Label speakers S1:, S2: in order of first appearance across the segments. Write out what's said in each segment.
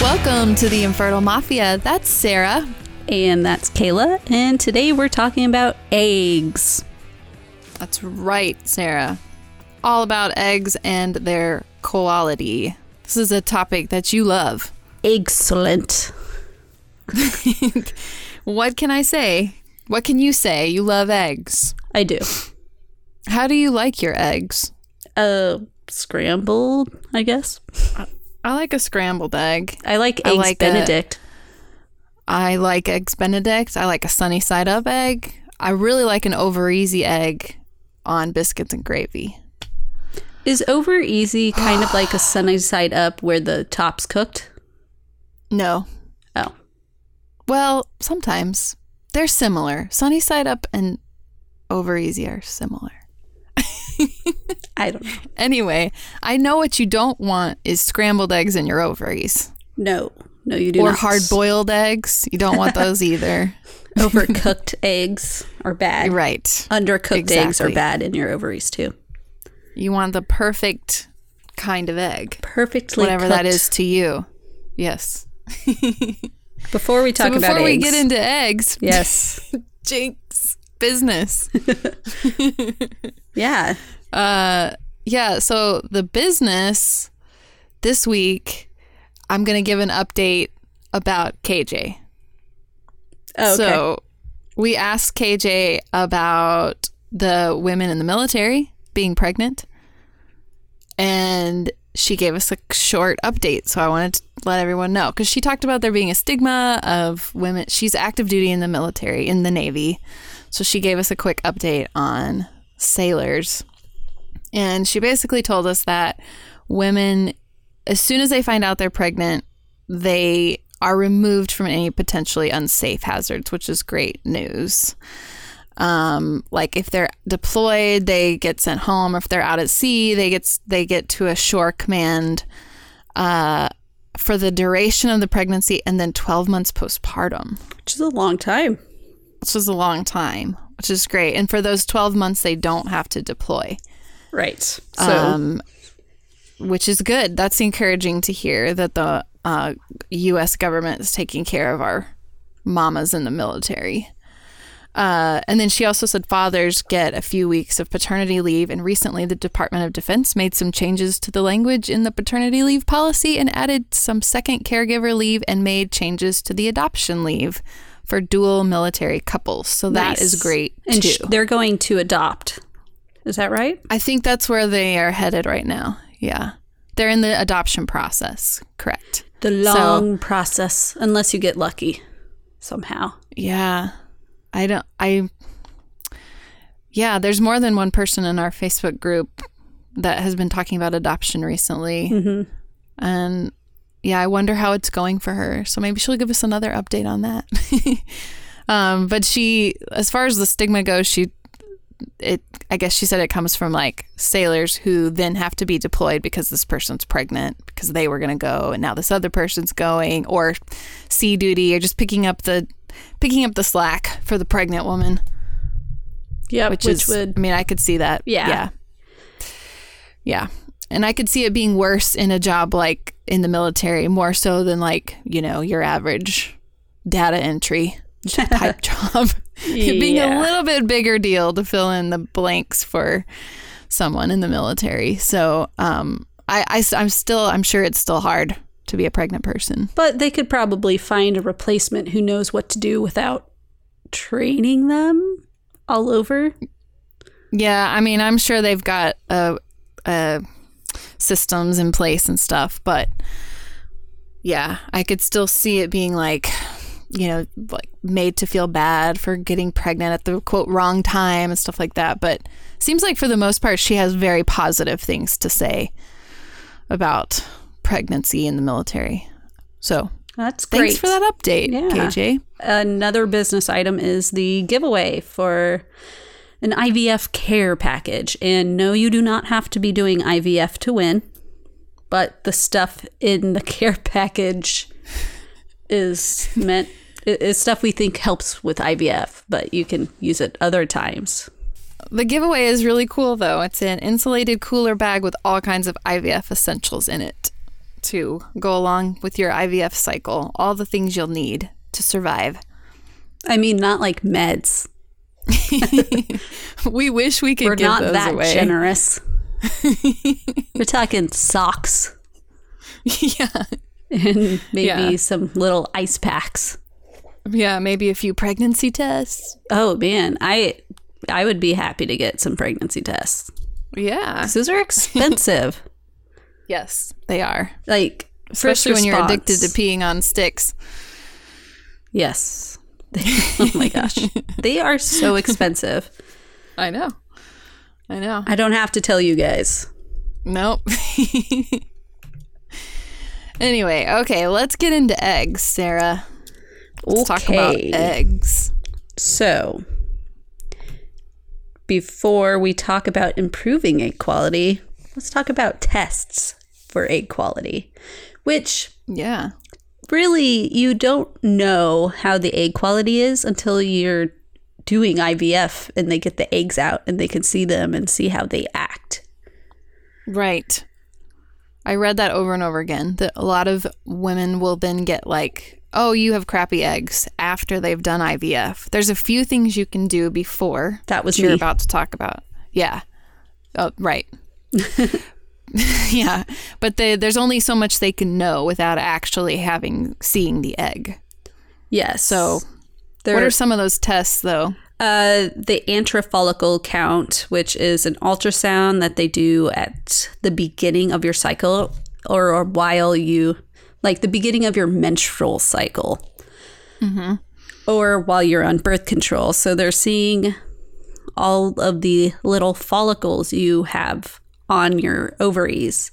S1: Welcome to the Infertile Mafia. That's Sarah.
S2: And that's Kayla. And today we're talking about eggs.
S1: That's right, Sarah. All about eggs and their quality. This is a topic that you love.
S2: Excellent.
S1: what can I say? What can you say? You love eggs.
S2: I do.
S1: How do you like your eggs?
S2: Uh, scrambled, I guess.
S1: I like a scrambled egg.
S2: I like
S1: I
S2: eggs
S1: like that.
S2: Benedict.
S1: I like eggs Benedict. I like a sunny side up egg. I really like an over easy egg on biscuits and gravy.
S2: Is over easy kind of like a sunny side up where the top's cooked?
S1: No.
S2: Oh,
S1: Well, sometimes they're similar. Sunny side up and over easy are similar.
S2: I don't know.
S1: Anyway, I know what you don't want is scrambled eggs in your ovaries
S2: No, no, you do
S1: or
S2: not.
S1: hard boiled eggs. You don't want those either.
S2: overcooked eggs are bad.
S1: You're right.
S2: Undercooked eggs are
S1: Exactly.
S2: bad in your ovaries too.
S1: You want the perfect kind of egg,
S2: Perfectly
S1: whatever that
S2: cooked.
S1: is to you. Yes.
S2: Before we talk
S1: so before
S2: about
S1: we
S2: eggs,
S1: get into eggs,
S2: yes,
S1: jinx business.
S2: yeah,
S1: yeah, so the business this week, I'm gonna give an update about KJ.
S2: oh, okay.
S1: So we asked KJ about the women in the military being pregnant, and she gave us a short update. So I wanted to let everyone know because she talked about there being a stigma of women. She's active duty in the military, in the Navy. So she gave us a quick update on sailors. And she basically told us that women, as soon as they find out they're pregnant, they are removed from any potentially unsafe hazards, which is great news. Um, like if they're deployed, they get sent home, or if they're out at sea, they get they get to a shore command uh, for the duration of the pregnancy and then twelve months postpartum
S2: which is a long time.
S1: which is a long time, which is great. And for those 12 months, they don't have to deploy,
S2: Right. So
S1: um, which is good. That's encouraging to hear that the uh, U.S. government is taking care of our mamas in the military. Uh, and then she also said fathers get a few weeks of paternity leave. And recently, the Department of Defense made some changes to the language in the paternity leave policy and added some second caregiver leave and made changes to the adoption leave for dual military couples. So that is
S2: nice.
S1: great
S2: And
S1: too.
S2: sh- they're going to adopt. Is that right?
S1: I think that's where they are headed right now. Yeah. They're in the adoption process. Correct.
S2: The long process, unless you get lucky somehow.
S1: Yeah. I don't, I, yeah, there's more than one person in our Facebook group that has been talking about adoption recently. And yeah, I wonder how it's going for her. So maybe she'll give us another update on that. um, but she, as far as the stigma goes, she, it, I guess she said it comes from like sailors who then have to be deployed because this person's pregnant because they were going to go and now this other person's going or sea duty or just picking up the picking up the slack for the pregnant woman
S2: Yeah,
S1: which,
S2: which,
S1: is
S2: would
S1: I mean I could see that.
S2: Yeah.
S1: Yeah. Yeah. And I could see it being worse in a job like in the military more so than like, you know, your average data entry type job. It being a
S2: Yeah.
S1: little bit bigger deal to fill in the blanks for someone in the military. So, um I, I s- I'm still I'm sure it's still hard to be a pregnant person.
S2: but they could probably find a replacement who knows what to do without training them all over.
S1: Yeah, I mean, I'm sure they've got uh, uh, systems in place and stuff, but yeah, I could still see it being like, you know, like made to feel bad for getting pregnant at the quote wrong time and stuff like that. But seems like for the most part, she has very positive things to say about pregnancy in the military. So
S2: That's great.
S1: thanks for that update,
S2: Yeah.
S1: KJ.
S2: Another business item is the giveaway for an IVF care package. And no, you do not have to be doing IVF to win, but the stuff in the care package is meant i- is stuff we think helps with IVF, but you can use it other times.
S1: The giveaway is really cool, though. It's an insulated cooler bag with all kinds of IVF essentials in it. to go along with your IVF cycle, all the things you'll need to survive.
S2: I mean, not like meds.
S1: We wish we could
S2: We're
S1: give
S2: not
S1: those
S2: that
S1: away.
S2: generous. We're talking socks
S1: yeah.
S2: and maybe
S1: Yeah.
S2: some little ice packs.
S1: Yeah, maybe a few pregnancy tests.
S2: Oh man, I I would be happy to get some pregnancy tests.
S1: Yeah.
S2: Those are expensive.
S1: Yes, they are.
S2: like
S1: Especially
S2: first
S1: when you're addicted to
S2: response.
S1: peeing on sticks.
S2: Yes. oh my gosh. They are so expensive.
S1: I know. I know.
S2: I don't have to tell you guys.
S1: Nope. anyway, okay, let's get into eggs, Sarah. Let's talk about
S2: Okay.
S1: eggs.
S2: So, before we talk about improving egg quality, let's talk about tests for egg quality, which
S1: Yeah.
S2: really you don't know how the egg quality is until you're doing IVF and they get the eggs out and they can see them and see how they act.
S1: Right. I read that over and over again that a lot of women will then get like, oh, you have crappy eggs after they've done IVF. There's a few things you can do before
S2: That was
S1: you're
S2: me.
S1: about to talk about. Yeah. Oh, right. yeah. But they, there's only so much they can know without actually having seeing the egg.
S2: Yes.
S1: So,
S2: there
S1: what are some of those tests though?
S2: Uh, the antrafollicle count, which is an ultrasound that they do at the beginning of your cycle or, or while you, like the beginning of your menstrual cycle or while you're on birth control. So they're seeing all of the little follicles you have on your ovaries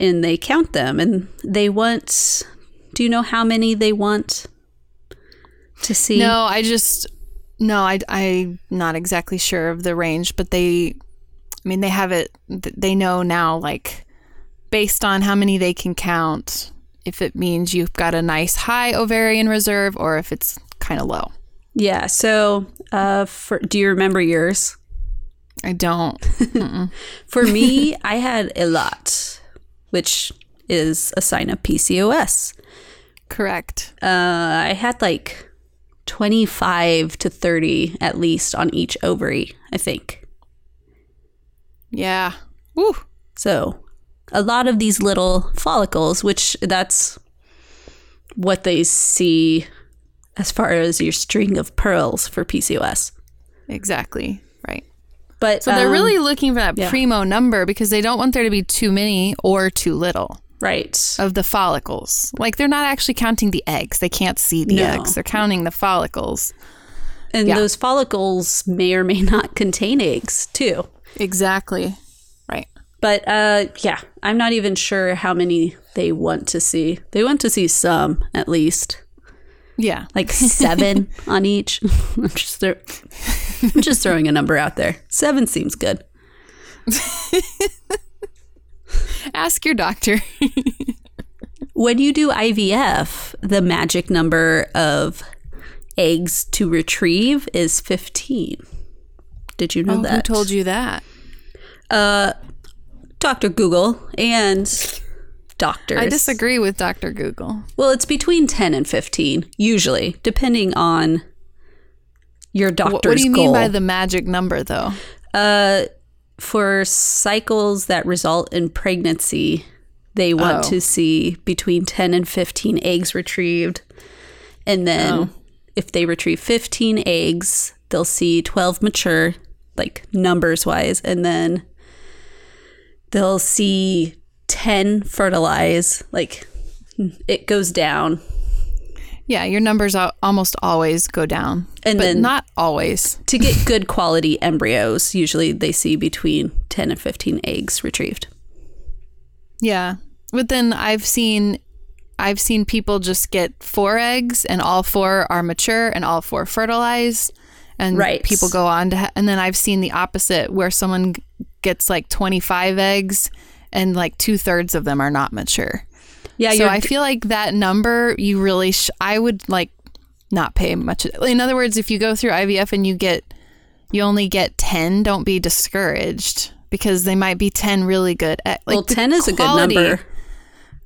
S2: and they count them and they want, do you know how many they want to see?
S1: No, I just no, I I'm not exactly sure of the range, but they, I mean, they have it. th- They know now, like based on how many they can count, if it means you've got a nice high ovarian reserve or if it's kind of low.
S2: Yeah. So, uh, for, do you remember yours?
S1: I don't.
S2: For me, I had a lot, which is a sign of PCOS.
S1: Correct.
S2: Uh, I had like 25 to 30 at least on each ovary, I think.
S1: Yeah. Woo.
S2: So, a lot of these little follicles, which that's what they see as far as your string of pearls for PCOS.
S1: Exactly. Right.
S2: But
S1: So they're
S2: um,
S1: really looking for that
S2: yeah.
S1: primo number because they don't want there to be too many or too little.
S2: right.
S1: of the follicles. Like they're not actually counting the eggs. They can't see the
S2: No.
S1: eggs. They're counting the follicles.
S2: And
S1: Yeah.
S2: those follicles may or may not contain eggs too.
S1: Exactly. Right.
S2: But uh, yeah, I'm not even sure how many they want to see. They want to see some at least,
S1: Yeah.
S2: like seven on each. I'm just throw- I'm just throwing a number out there. Seven seems good.
S1: Ask your doctor.
S2: When you do IVF, the magic number of eggs to retrieve is 15. Did you know that?
S1: Oh, Who told you that?
S2: Dr. Google and doctors.
S1: I disagree with Dr. Google.
S2: Well, it's between 10 and 15, usually, depending on your doctor's
S1: What, what do you
S2: goal.
S1: mean by the magic number though?
S2: Uh, for cycles that result in pregnancy, they want
S1: Oh.
S2: to see between 10 and 15 eggs retrieved. And then
S1: Oh.
S2: if they retrieve 15 eggs, they'll see 12 mature, like numbers wise. And then they'll see 10 fertilize. Like it goes down.
S1: Yeah, your numbers al- almost always go down.
S2: And
S1: but
S2: then-
S1: not always.
S2: to get good quality embryos, usually they see between 10 and 15 eggs retrieved.
S1: Yeah. But then I've seen I've seen people just get four eggs and all four are mature and all four fertilize and
S2: Right.
S1: people go on to ha- and then I've seen the opposite where someone g- gets like 25 eggs and like two thirds of them are not mature.
S2: Yeah,
S1: so
S2: you're-
S1: I feel like that number you really sh- I would like not pay much. In other words, if you go through IVF and you get you only get 10, don't be discouraged because they might be 10 really good. e- Like
S2: well,
S1: the
S2: 10 is a good
S1: quality-
S2: number.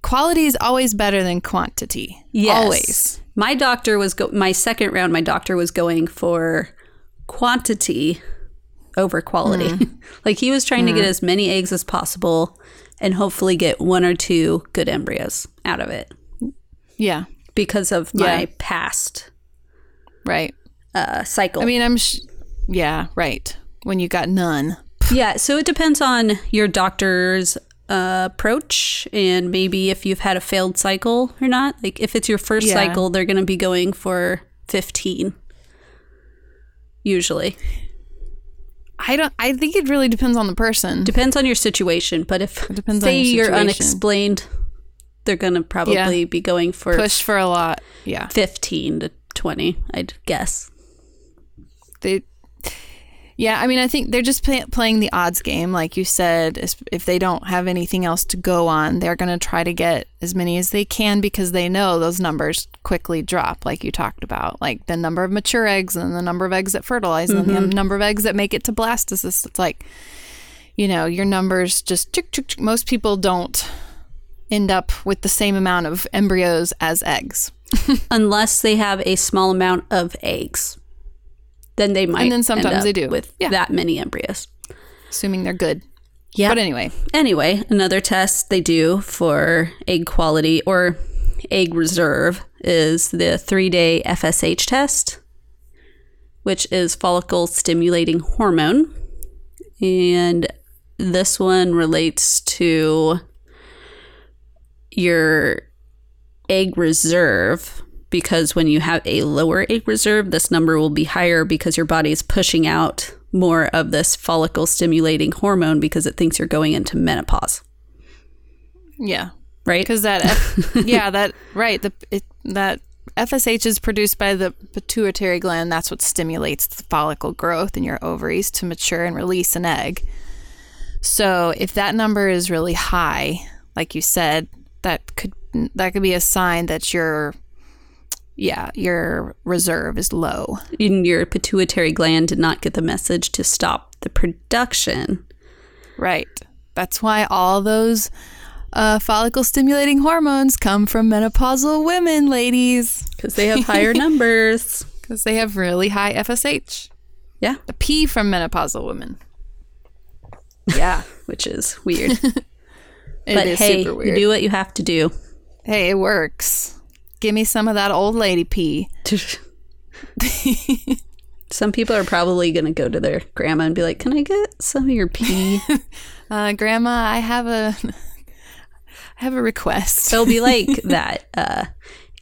S1: quality is always better than quantity.
S2: Yes.
S1: Always.
S2: My doctor was go- my second round. My doctor was going for quantity over quality.
S1: Mm.
S2: like he was trying to get as many eggs as possible and hopefully get one or two good embryos out of it
S1: Yeah.
S2: because of
S1: Yeah.
S2: my past
S1: Right.
S2: uh, cycle.
S1: I mean, I'm. Sh- yeah. Right. When you got none.
S2: yeah, so it depends on your doctor's uh, approach and maybe if you've had a failed cycle or not. Like if it's your first
S1: Yeah.
S2: cycle, they're going to be going for 15 usually.
S1: I don't. I think it really depends on the person.
S2: Depends on your situation, but if
S1: depends on
S2: say
S1: your
S2: you're
S1: situation.
S2: unexplained, they're gonna probably
S1: Yeah.
S2: be going for
S1: Push for a lot. Yeah.
S2: fifteen to twenty, I'd guess.
S1: They. Yeah, I mean, I think they're just play- playing the odds game, like you said. is- If they don't have anything else to go on, they're going to try to get as many as they can because they know those numbers quickly drop, like you talked about, like the number of mature eggs and the number of eggs that fertilize and the number of eggs that make it to blastocysts. It's like, you know, your numbers just chick, chick, chick. most people don't end up with the same amount of embryos as eggs.
S2: Unless they have a small amount of eggs. Then they might
S1: then
S2: end
S1: sometimes
S2: up
S1: they do.
S2: with
S1: Yeah.
S2: that many embryos.
S1: assuming they're good.
S2: Yeah.
S1: But anyway,
S2: Anyway, another test they do for egg quality or egg reserve is the three day FSH test, which is follicle stimulating hormone. And this one relates to your egg reserve because when you have a lower egg reserve, this number will be higher because your body is pushing out more of this follicle stimulating hormone because it thinks you're going into menopause,
S1: yeah,
S2: right?
S1: because that, F- yeah, that right, the it, that FSH is produced by the pituitary gland. That's what stimulates the follicle growth in your ovaries to mature and release an egg. So if that number is really high, like you said, that could that could be a sign that your yeah your reserve is low.
S2: And your pituitary gland did not get the message to stop the production.
S1: Right. That's why all those uh, follicle stimulating hormones come from menopausal women, ladies,
S2: Because they have higher numbers.
S1: because they have really high FSH.
S2: Yeah.
S1: The P from menopausal women. Yeah.
S2: Which is weird.
S1: it is
S2: but hey,
S1: super
S2: you
S1: weird.
S2: do what you have to do.
S1: hey, it works. Give me some of that old lady pee.
S2: Some people are probably going to go to their grandma and be like, Can I get some of your pee?
S1: Uh, Grandma, I have a. I have a request.
S2: It'll be like that uh,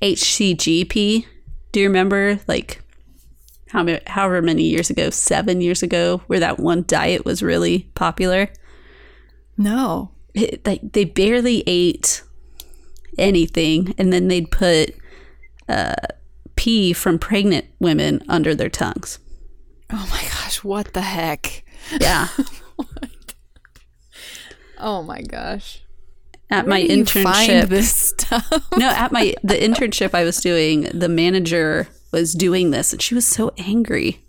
S2: HCGP. Do you remember, like, how many, however many years ago, seven years ago, where that one diet was really popular?
S1: No.
S2: It, like, they barely ate anything, and then they'd put uh, pee from pregnant women under their tongues.
S1: Oh my gosh, what the heck?
S2: Yeah.
S1: Oh my gosh.
S2: At my
S1: Where do you
S2: internship,
S1: find this stuff.
S2: no at my the internship i was doing the manager was doing this and she was so angry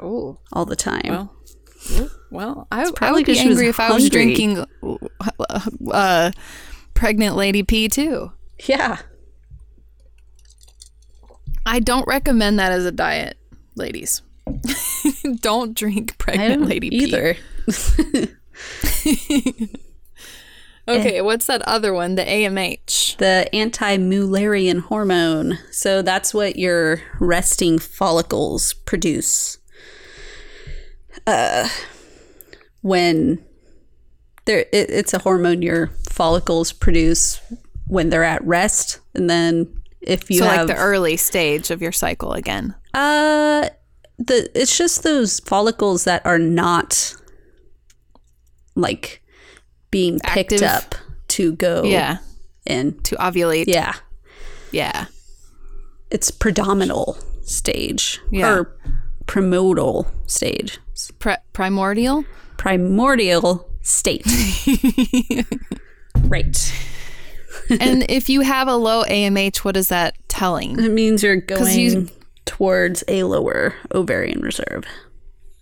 S1: Oh.
S2: all the time
S1: Well, Well, I, I
S2: probably
S1: would be
S2: 'cause she was
S1: angry if I was
S2: hungry.
S1: drinking uh, pregnant lady pee too.
S2: yeah
S1: I don't recommend that as a diet, ladies. don't drink
S2: i
S1: pregnant
S2: don't
S1: lady pee.
S2: either
S1: Okay, what's that other one? The AMH.
S2: the anti-mullerian hormone so that's what your resting follicles produce uh when there it, it's a hormone your follicles produce when they're at rest and then if you
S1: so
S2: have
S1: like the early stage of your cycle again.
S2: Uh, the it's just those follicles that are not like being picked
S1: Active.
S2: up to go
S1: Yeah,
S2: in.
S1: to ovulate. Yeah.
S2: Oh. Yeah, it's predominal stage
S1: Yeah.
S2: or primordial stage,
S1: Pri- primordial?
S2: primordial state. right.
S1: and if you have a low AMH, what is that telling?
S2: It means you're going
S1: you-
S2: towards a lower ovarian reserve,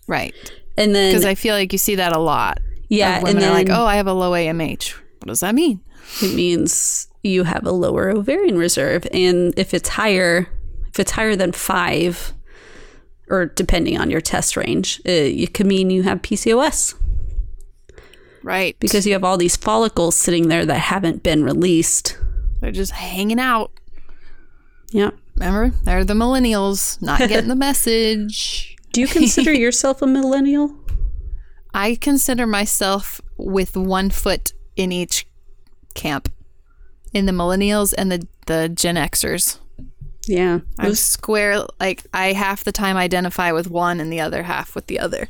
S1: Right.
S2: and then
S1: Because I feel like you see that a lot.
S2: yeah,
S1: of women
S2: and then
S1: are like, oh, I have a low AMH. What does that mean?
S2: It means you have a lower ovarian reserve. And if it's higher, if it's higher than five, or depending on your test range, it, it could mean you have PCOS
S1: Right.
S2: because you have all these follicles sitting there that haven't been released.
S1: they're just hanging out.
S2: Yep.
S1: Remember? They're the millennials not getting the message.
S2: Do you consider yourself a millennial?
S1: I consider myself with one foot in each camp in the millennials and the, the Gen Xers.
S2: Yeah.
S1: I'm square, like, I half the time identify with one and the other half with the other.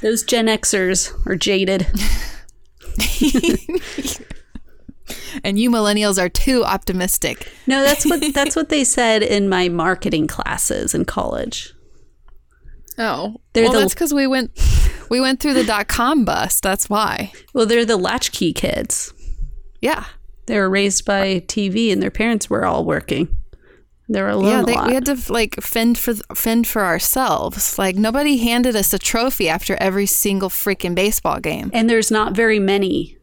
S2: Those Gen Xers are jaded.
S1: And you millennials are too optimistic.
S2: No, that's what that's what they said in my marketing classes in college.
S1: Oh,
S2: They're
S1: well,
S2: the-
S1: that's because we went we went through the dot com bust. That's why.
S2: Well, they're the latchkey kids.
S1: Yeah,
S2: They were raised by TV, and their parents were all working. They were alone
S1: yeah. They,
S2: a lot.
S1: we had to like fend for fend for ourselves. Like nobody handed us a trophy after every single freaking baseball game.
S2: and there's not very many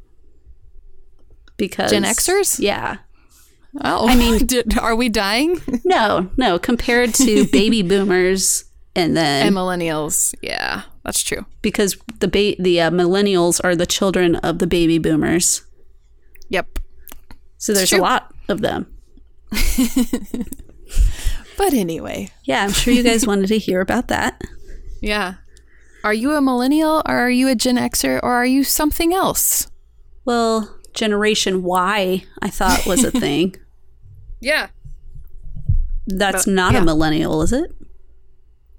S2: because
S1: Gen Xers?
S2: Yeah.
S1: Oh, I mean, did, are we dying?
S2: No, no. Compared to baby boomers, and then
S1: and millennials, yeah, that's true.
S2: because the ba- the uh, millennials are the children of the baby boomers,
S1: Yep.
S2: so there's a
S1: true.
S2: lot of them.
S1: But anyway,
S2: Yeah, I'm sure you guys wanted to hear about that.
S1: yeah. Are you a millennial or are you a Gen Xer or are you something else?
S2: Well, Generation Y, I thought was a thing.
S1: Yeah.
S2: That's
S1: But-
S2: not
S1: yeah.
S2: a millennial, is it?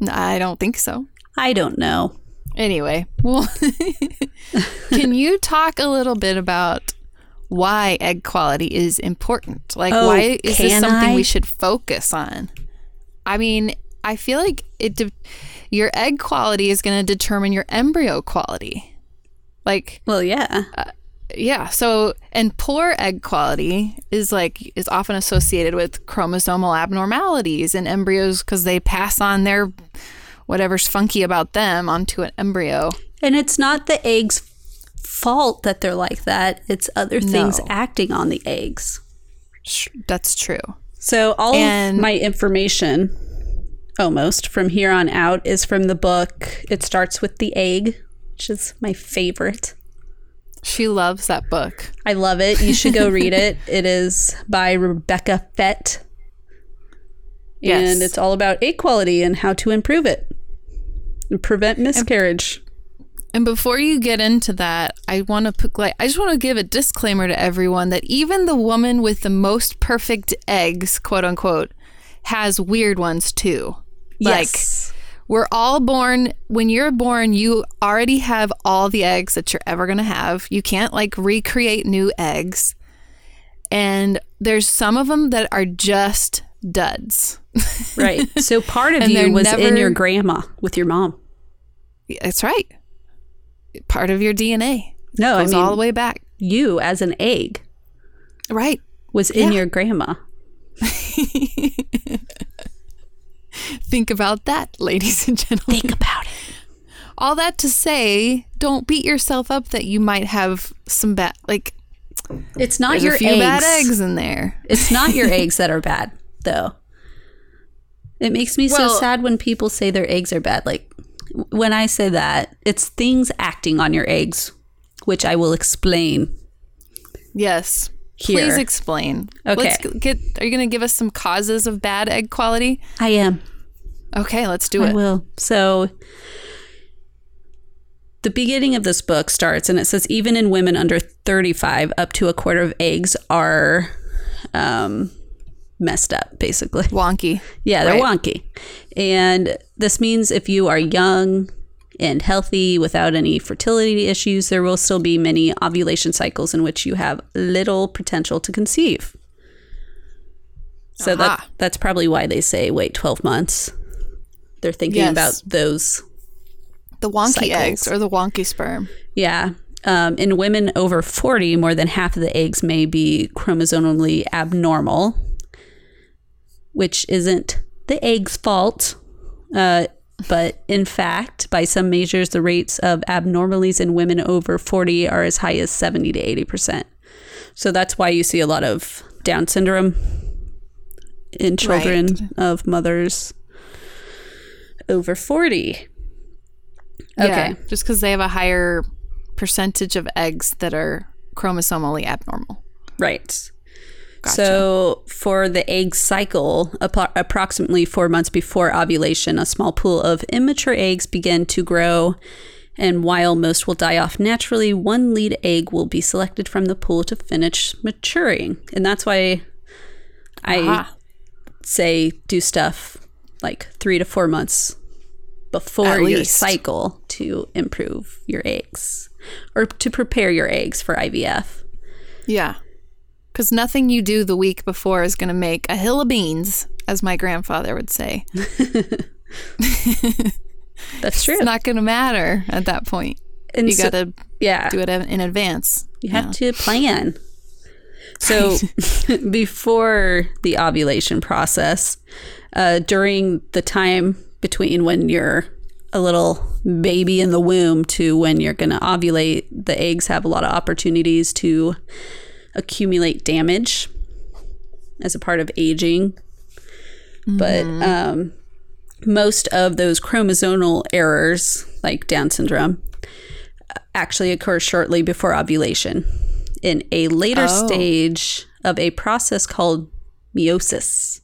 S1: I don't think so.
S2: I don't know.
S1: Anyway, well, can you talk a little bit about why egg quality is important? Like,
S2: Oh,
S1: why is this
S2: can
S1: something
S2: I?
S1: we should focus on? I mean, I feel like it. De- your egg quality is going to determine your embryo quality. Like,
S2: Well, yeah.
S1: yeah. So, and poor egg quality is like is often associated with chromosomal abnormalities in embryos because they pass on their whatever's funky about them onto an embryo.
S2: And it's not the eggs' fault that they're like that, it's other things
S1: No.
S2: acting on the eggs.
S1: Sh- That's true.
S2: So, all
S1: And-
S2: of my information almost from here on out is from the book It Starts with the Egg, which is my favorite.
S1: She loves that book.
S2: I love it. You should go read it. It is by Rebecca Fett.
S1: Yes.
S2: And it's all about egg quality and how to improve it and prevent miscarriage.
S1: And before you get into that, I want to put like I just want to give a disclaimer to everyone that even the woman with the most perfect eggs, quote unquote, has weird ones too.
S2: yes.
S1: Like we're all born when you're born, you already have all the eggs that you're ever going to have. You can't like recreate new eggs. And there's some of them that are just duds.
S2: Right. So part of
S1: And they're
S2: you was in
S1: never-
S2: your grandma with your mom.
S1: That's right. Part of your DNA
S2: No, I
S1: goes
S2: mean
S1: all the way back.
S2: you as an egg
S1: Right.
S2: was in your grandma.
S1: Think about that, ladies and gentlemen.
S2: Think about it.
S1: All that to say, don't beat yourself up that you might have some bad, like
S2: It's not
S1: there's
S2: your
S1: a few
S2: eggs.
S1: bad eggs in there.
S2: It's not your eggs that are bad, though. It makes me
S1: Well-
S2: so sad when people say their eggs are bad. Like when I say that, it's things acting on your eggs, which I will explain.
S1: Yes.
S2: Here.
S1: Please explain.
S2: Okay.
S1: Let's g- get. Are you going to give us some causes of bad egg quality?
S2: I am.
S1: Okay, let's do
S2: I
S1: it.
S2: will. So the beginning of this book starts and it says even in women under 35 up to a quarter of eggs are um, messed up basically.
S1: Wonky.
S2: Yeah, they're wonky. And this means if you are young and healthy without any fertility issues, there will still be many ovulation cycles in which you have little potential to conceive. So
S1: Aha.
S2: that that's probably why they say wait 12 months. They're thinking
S1: Yes.
S2: about those.
S1: The wonky
S2: Cycles.
S1: eggs or the wonky sperm.
S2: Yeah. Um, in women over 40, more than half of the eggs may be chromosomally abnormal, which isn't the egg's fault. Uh, but in fact, by some measures, the rates of abnormalities in women over 40 are as high as 70 to 80%. So that's why you see a lot of Down syndrome in children of mothers over 40. Okay.
S1: just because they have a higher percentage of eggs that are chromosomally abnormal.
S2: Right. So, for the egg cycle, appro- approximately four months before ovulation, a small pool of immature eggs begin to grow. And while most will die off naturally, one lead egg will be selected from the pool to finish maturing. And that's why I
S1: Ah,
S2: say do stuff like three to four months before
S1: At
S2: your
S1: least.
S2: cycle to improve your eggs or to prepare your eggs for IVF.
S1: yeah. Because nothing you do the week before is going to make a hill of beans, as my grandfather would say.
S2: That's true.
S1: It's not going to matter at that point.
S2: and
S1: You got
S2: so-
S1: to
S2: yeah.
S1: do it in in advance.
S2: You have to plan. So, before the ovulation process, uh, during the time between when you're a little baby in the womb to when you're going to ovulate, the eggs have a lot of opportunities to accumulate damage as a part of aging. But um, most of those chromosomal errors, like Down syndrome, actually occurs shortly before ovulation in a later
S1: Oh.
S2: stage of a process called meiosis.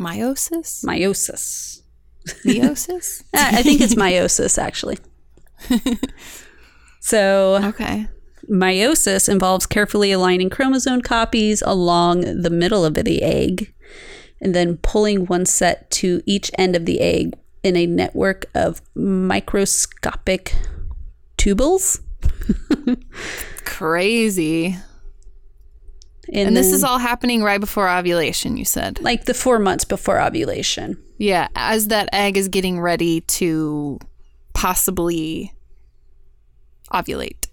S1: Meiosis?
S2: Meiosis.
S1: Meiosis?
S2: Ah, I think it's meiosis, actually. so,
S1: Okay.
S2: meiosis involves carefully aligning chromosome copies along the middle of the egg and then pulling one set to each end of the egg in a network of microscopic tubules.
S1: Crazy. And this is all happening right before ovulation, you said.
S2: like the four months before ovulation.
S1: Yeah, as that egg is getting ready to possibly ovulate.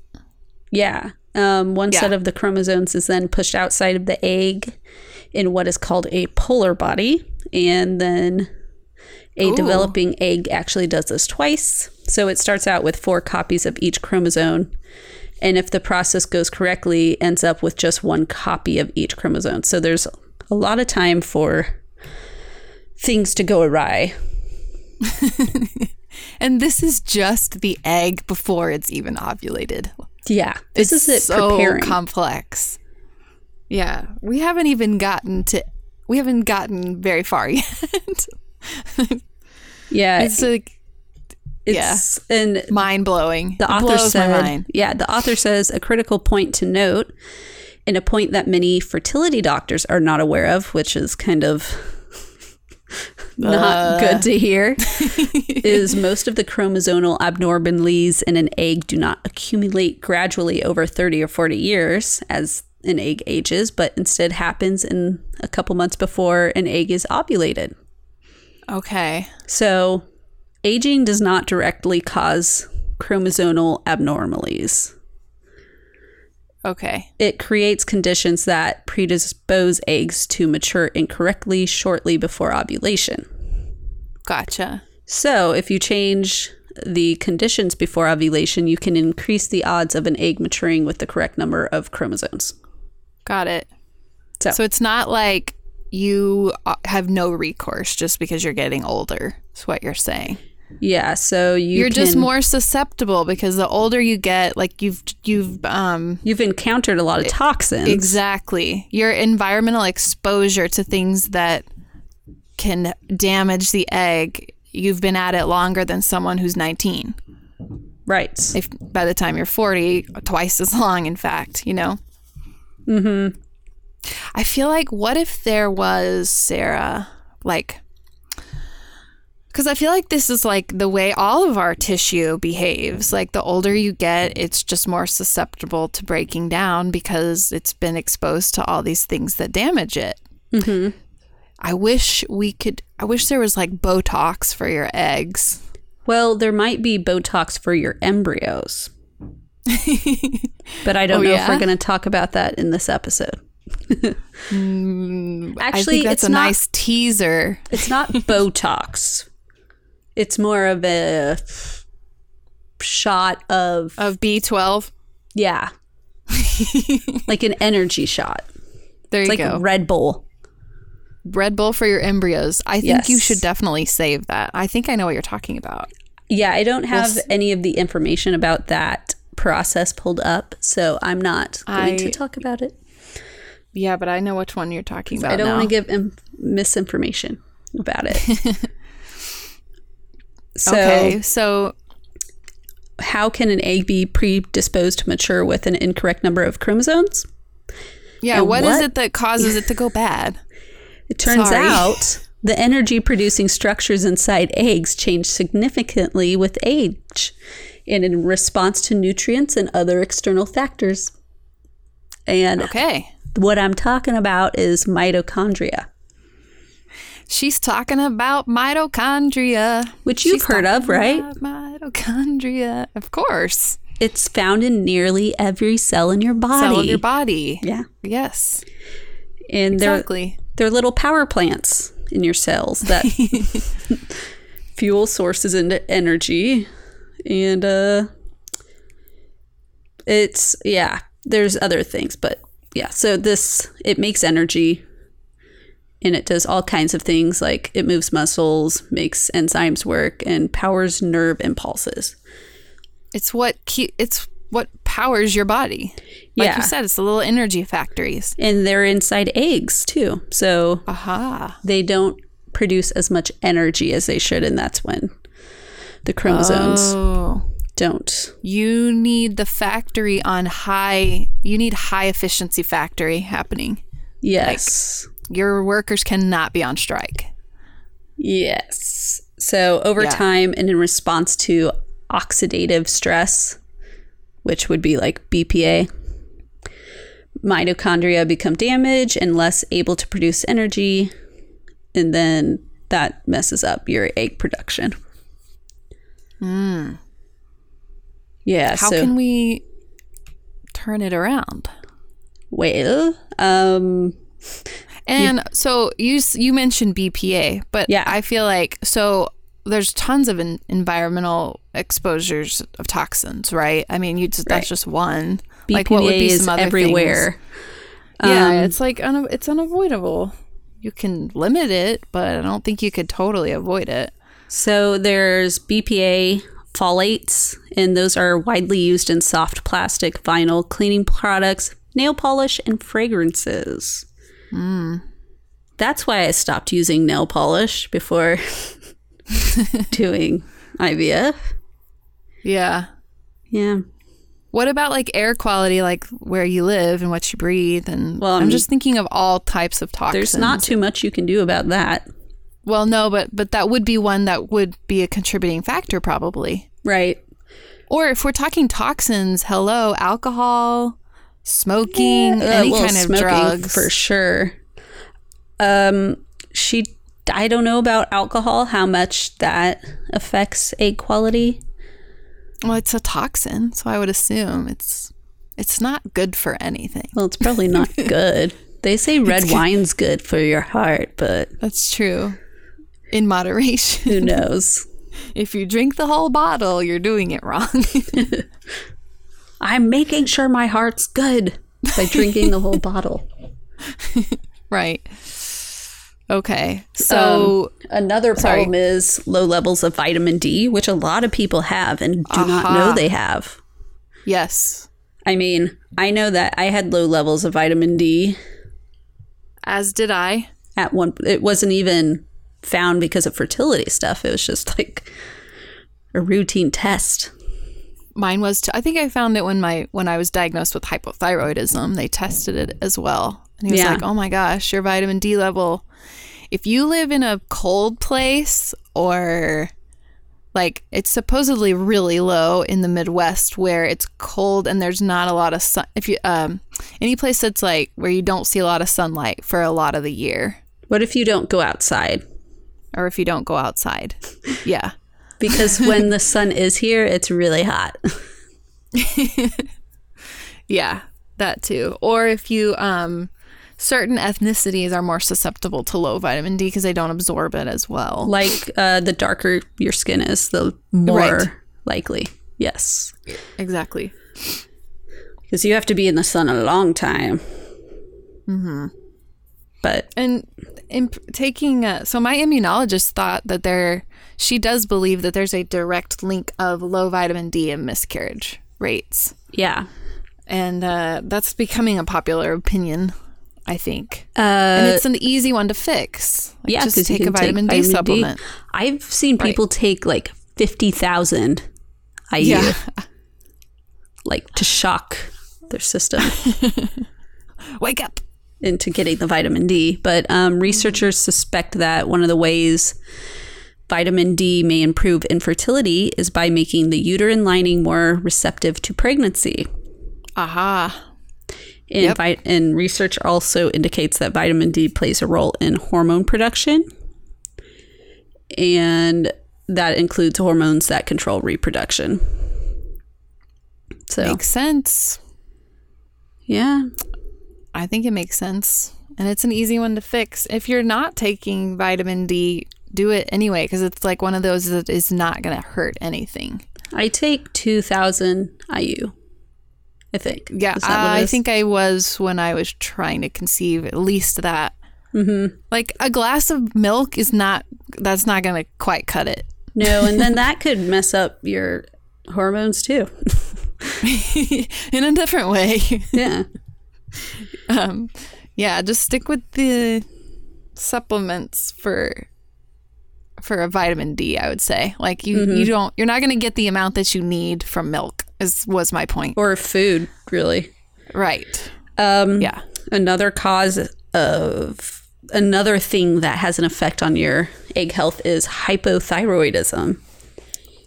S2: Yeah. Um, one
S1: Yeah.
S2: set of the chromosomes is then pushed outside of the egg in what is called a polar body. And then a
S1: Ooh.
S2: developing egg actually does this twice. So it starts out with four copies of each chromosome. And if the process goes correctly, ends up with just one copy of each chromosome. So there's a lot of time for things to go awry.
S1: And this is just the egg before it's even ovulated.
S2: Yeah. This is it
S1: so
S2: preparing.
S1: complex. Yeah, we haven't even gotten to we haven't gotten very far yet.
S2: yeah.
S1: it's like
S2: it's and
S1: mind blowing.
S2: The author
S1: blows
S2: said,
S1: my mind.
S2: yeah, the author says a critical point to note and a point that many fertility doctors are not aware of, which is kind of
S1: Uh.
S2: not good to hear, is most of the chromosomal abnormalities in an egg do not accumulate gradually over 30 or 40 years as an egg ages, but instead happens in a couple months before an egg is ovulated.
S1: Okay.
S2: So, aging does not directly cause chromosomal abnormalities.
S1: Okay.
S2: It creates conditions that predispose eggs to mature incorrectly shortly before ovulation.
S1: Gotcha.
S2: So, if you change the conditions before ovulation, you can increase the odds of an egg maturing with the correct number of chromosomes.
S1: Got it.
S2: So-
S1: so it's not like you uh, have no recourse just because you're getting older. Is what you're saying.
S2: Yeah, so you
S1: You are just
S2: can-
S1: more susceptible because the older you get, like you've you've um
S2: you've encountered a lot of toxins.
S1: exactly your environmental exposure to things that can damage the egg. You've been at it longer than someone who's 19.
S2: right.
S1: If by the time you're 40, twice as long, in fact, you know? Mm-hmm. I feel like, what if there was, Sarah, like, because I feel like this is like the way all of our tissue behaves. Like, the older you get, it's just more susceptible to breaking down because it's been exposed to all these things that damage it.
S2: Mm-hmm.
S1: I wish we could, I wish there was like Botox for your eggs.
S2: Well, there might be Botox for your embryos. but I don't
S1: Oh,
S2: know if
S1: yeah?
S2: we're going to talk about that in this episode.
S1: Mm, I
S2: Actually,
S1: think that's
S2: it's
S1: a
S2: not
S1: nice teaser.
S2: it's not Botox. It's more of a shot of
S1: of B12.
S2: yeah, like an energy shot.
S1: There
S2: It's
S1: you
S2: like
S1: go.
S2: Red Bull.
S1: Red Bull for your embryos. I think you
S2: Yes.
S1: should definitely save that. I think I know what you're talking about.
S2: Yeah, I don't have any of the information about that process pulled up, so I'm not going
S1: I-
S2: to talk about it.
S1: Yeah, but I know which one you're talking about.
S2: I don't
S1: now.
S2: want to give im- misinformation about it. so,
S1: okay, so
S2: how can an egg be predisposed to mature with an incorrect number of chromosomes?
S1: yeah,
S2: And
S1: what is
S2: what-
S1: it that causes it to go bad?
S2: It turns
S1: Sorry.
S2: out the energy producing structures inside eggs change significantly with age and in response to nutrients and other external factors. And
S1: Okay,
S2: what I'm talking about is mitochondria,
S1: she's talking about mitochondria,
S2: which you've
S1: She's
S2: heard of,
S1: talking
S2: right?
S1: about Mitochondria, of course,
S2: It's found in nearly every cell in your body.
S1: cell of your body.
S2: Yeah.
S1: Yes,
S2: And they're
S1: exactly.
S2: they're little power plants in your cells that fuel sources into energy and uh it's yeah there's other things but yeah so this it makes energy and it does all kinds of things like it moves muscles makes enzymes work and powers nerve impulses
S1: It's what keep. It's what powers your body. Like
S2: Yeah.
S1: you said, it's the little energy factories.
S2: and they're inside eggs too so
S1: Aha.
S2: they don't produce as much energy as they should and that's when the chromosomes
S1: Oh.
S2: don't.
S1: You need the factory on high, you need high efficiency factory happening.
S2: Yes.
S1: Your workers cannot be on strike.
S2: yes. So over
S1: Yeah.
S2: time and in response to oxidative stress, which would be like BPA, mitochondria become damaged and less able to produce energy. And then that messes up your egg production. Yeah.
S1: Hmm. How
S2: so,
S1: can we turn it around?
S2: well, um,
S1: And so you s- you mentioned BPA, but
S2: Yeah.
S1: I feel like so there's tons of en- environmental exposures of toxins, right? I mean, you just, that's just one.
S2: BPA is
S1: other
S2: everywhere. Um,
S1: things? Yeah, it's like un- it's unavoidable. You can limit it, but I don't think you could totally avoid it.
S2: So there's BPA folates, and those are widely used in soft plastic, vinyl, cleaning products, nail polish, and fragrances.
S1: Hmm.
S2: That's why I stopped using nail polish before doing IVF.
S1: Yeah.
S2: Yeah.
S1: What about like air quality, like where you live and what you breathe? And
S2: Well, I
S1: I'm
S2: mean,
S1: just thinking of all types of toxins.
S2: There's not too much you can do about that.
S1: well, no, but but that would be one that would be a contributing factor probably.
S2: Right.
S1: Or if we're talking toxins, hello, alcohol, smoking,
S2: Uh,
S1: any
S2: well,
S1: kind of
S2: smoking
S1: drugs.
S2: for sure. Um, she, I don't know about alcohol, how much that affects egg quality.
S1: Well, it's a toxin, so I would assume it's it's not good for anything.
S2: Well, it's probably not good. They say red wine's good for your heart, but
S1: That's true. In moderation.
S2: who knows?
S1: if you drink the whole bottle, you're doing it wrong.
S2: I'm making sure my heart's good by drinking the whole bottle.
S1: Right. Okay. So
S2: Another problem is low levels of vitamin D, which a lot of people have and do not know
S1: Aha.
S2: they have.
S1: yes,
S2: I mean, I know that I had low levels of vitamin D
S1: as did I.
S2: at one it wasn't even found because of fertility stuff. It was just like a routine test.
S1: Mine was. T- I think I found it when my when I was diagnosed with hypothyroidism. They tested it as well, and he was
S2: Yeah.
S1: like, "Oh my gosh, your vitamin D level. If you live in a cold place or." Like it's supposedly really low in the Midwest where it's cold and there's not a lot of sun. If you um, any place that's like where you don't see a lot of sunlight for a lot of the year,
S2: What if you don't go outside?
S1: or if you don't go outside, yeah,
S2: because when the sun is here, it's really hot.
S1: Yeah, that too. Or if you um certain ethnicities are more susceptible to low vitamin D because they don't absorb it as well.
S2: Like uh, the darker your skin is, the more
S1: Right.
S2: likely. Yes.
S1: Exactly.
S2: Because you have to be in the sun a long time.
S1: Mm-hmm.
S2: But
S1: And in taking, uh, so my immunologist thought that there, she does believe that there's a direct link of low vitamin D and miscarriage rates.
S2: yeah.
S1: And uh, that's becoming a popular opinion, I think. and
S2: Uh,
S1: it's an easy one to fix. Like,
S2: yeah,
S1: just
S2: 'cause you
S1: take a
S2: can
S1: vitamin D
S2: vitamin
S1: supplement.
S2: I've seen
S1: Right.
S2: people take like 50,000 IU,
S1: Yeah.
S2: like to shock their system
S1: Wake up.
S2: into getting the vitamin D. But um, researchers suspect that one of the ways vitamin D may improve infertility is by making the uterine lining more receptive to pregnancy.
S1: Aha.
S2: And, vi- and research also indicates that vitamin D plays a role in hormone production. And that includes hormones that control reproduction. So,
S1: Makes sense.
S2: yeah.
S1: I think it makes sense. And it's an easy one to fix. If you're not taking vitamin D, do it anyway because it's like one of those that is not going to hurt anything.
S2: I take 2000 IU, I think.
S1: Yeah,
S2: Is that what
S1: I
S2: it is?
S1: think I was when I was trying to conceive, at least that. Mm-hmm. Like a glass of milk is not, that's not going to quite cut it.
S2: No, and then that could mess up your hormones too.
S1: in a different way.
S2: yeah.
S1: um, yeah, just stick with the supplements for for a vitamin D. I would say, like you,
S2: Mm-hmm.
S1: you don't, you're not going to get the amount that you need from milk. Is was my point,
S2: Or food, really.
S1: right?
S2: Um,
S1: Yeah.
S2: Another cause of another thing that has an effect on your egg health is hypothyroidism,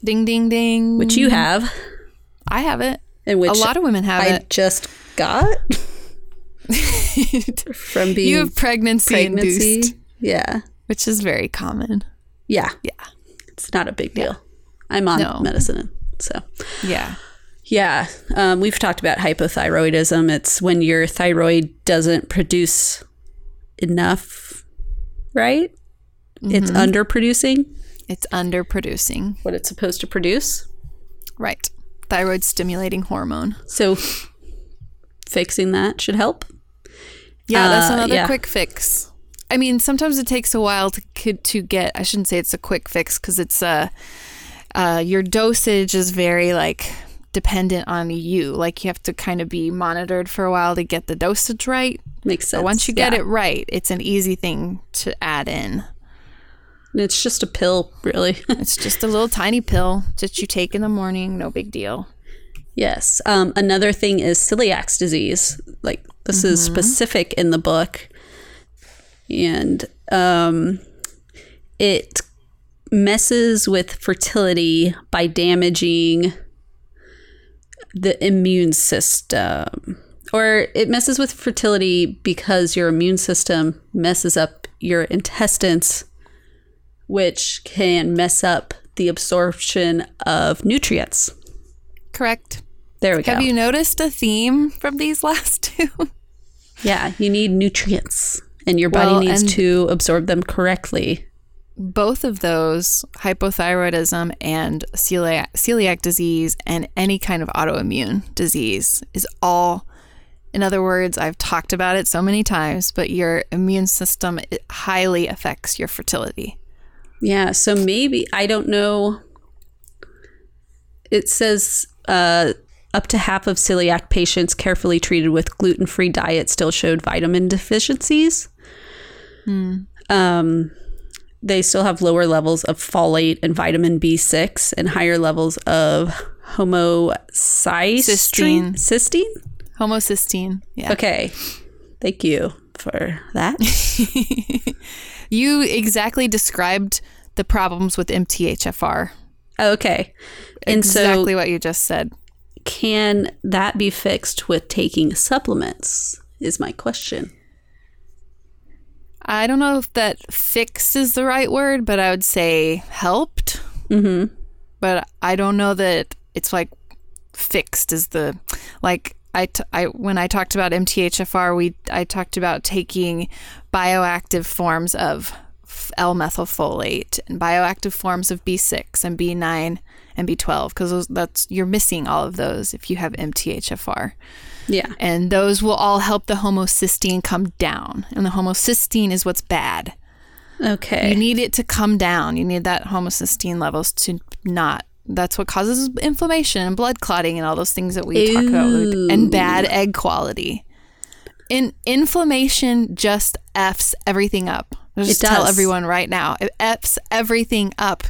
S1: Ding, ding, ding.
S2: which you have,
S1: I have it.
S2: and which
S1: Mm-hmm. a lot of women have
S2: I just got
S1: it.
S2: from being
S1: you have pregnancy,
S2: pregnancy.
S1: induced,
S2: Yeah,
S1: which is very common.
S2: yeah,
S1: Yeah,
S2: it's not a big deal. I'm on
S1: No.
S2: medicine, so
S1: yeah.
S2: Yeah, um, we've talked about hypothyroidism. It's when your thyroid doesn't produce enough, right?
S1: Mm-hmm.
S2: It's underproducing
S1: It's underproducing,
S2: what it's supposed to produce.
S1: right? Thyroid stimulating hormone.
S2: So fixing that should help.
S1: Yeah, that's
S2: Uh,
S1: another
S2: yeah.
S1: quick fix. I mean, sometimes it takes a while to could- to get. I shouldn't say it's a quick fix because it's uh, uh, your dosage is very like dependent on you. Like you have to kind of be monitored for a while to get the dosage right.
S2: Makes sense.
S1: But once you get it right, it's an easy thing to add in.
S2: it's just a pill, really.
S1: It's just a little tiny pill that you take in the morning. No big deal.
S2: Yes. Um, another thing is celiac disease. Like this is
S1: Mm-hmm.
S2: specific in the book, and um, it messes with fertility by damaging the immune system, or it messes with fertility because your immune system messes up your intestines, which can mess up the absorption of nutrients.
S1: Correct.
S2: There we go.
S1: Have you noticed a theme from these last two?
S2: Yeah, you need nutrients, and your body
S1: Well,
S2: needs
S1: and-
S2: to absorb them correctly.
S1: both of those hypothyroidism and celiac, celiac disease and any kind of autoimmune disease is all in other words i've talked about it so many times but your immune system it highly affects your fertility
S2: Yeah, so maybe I don't know. It says uh, up to half of celiac patients carefully treated with gluten-free diet still showed vitamin deficiencies.
S1: Hmm.
S2: Um, they still have lower levels of folate and vitamin B6 and higher levels of homocysteine.
S1: Cysteine.
S2: Cysteine?
S1: homocysteine yeah
S2: Okay. Thank you for that.
S1: you exactly described the problems with mthfr
S2: okay. And
S1: exactly what you just said
S2: so can that be fixed with taking supplements? Is my question.
S1: I don't know if that fix is the right word, but I would say helped. Mm-hmm. But I don't know that it's like fixed is the like I, t- I when I talked about MTHFR, we I talked about taking bioactive forms of of L methylfolate and bioactive forms of B6 and B9 and B12 because that's you're missing all of those if you have MTHFR.
S2: Yeah.
S1: And those will all help the homocysteine come down. And the homocysteine is what's bad.
S2: Okay.
S1: You need it to come down. You need that homocysteine levels to not. That's what causes inflammation and blood clotting and all those things that we talk
S2: Ew.
S1: about and bad egg quality. And inflammation just f's everything up. I'll just tell
S2: does.
S1: everyone right now, it f's everything up.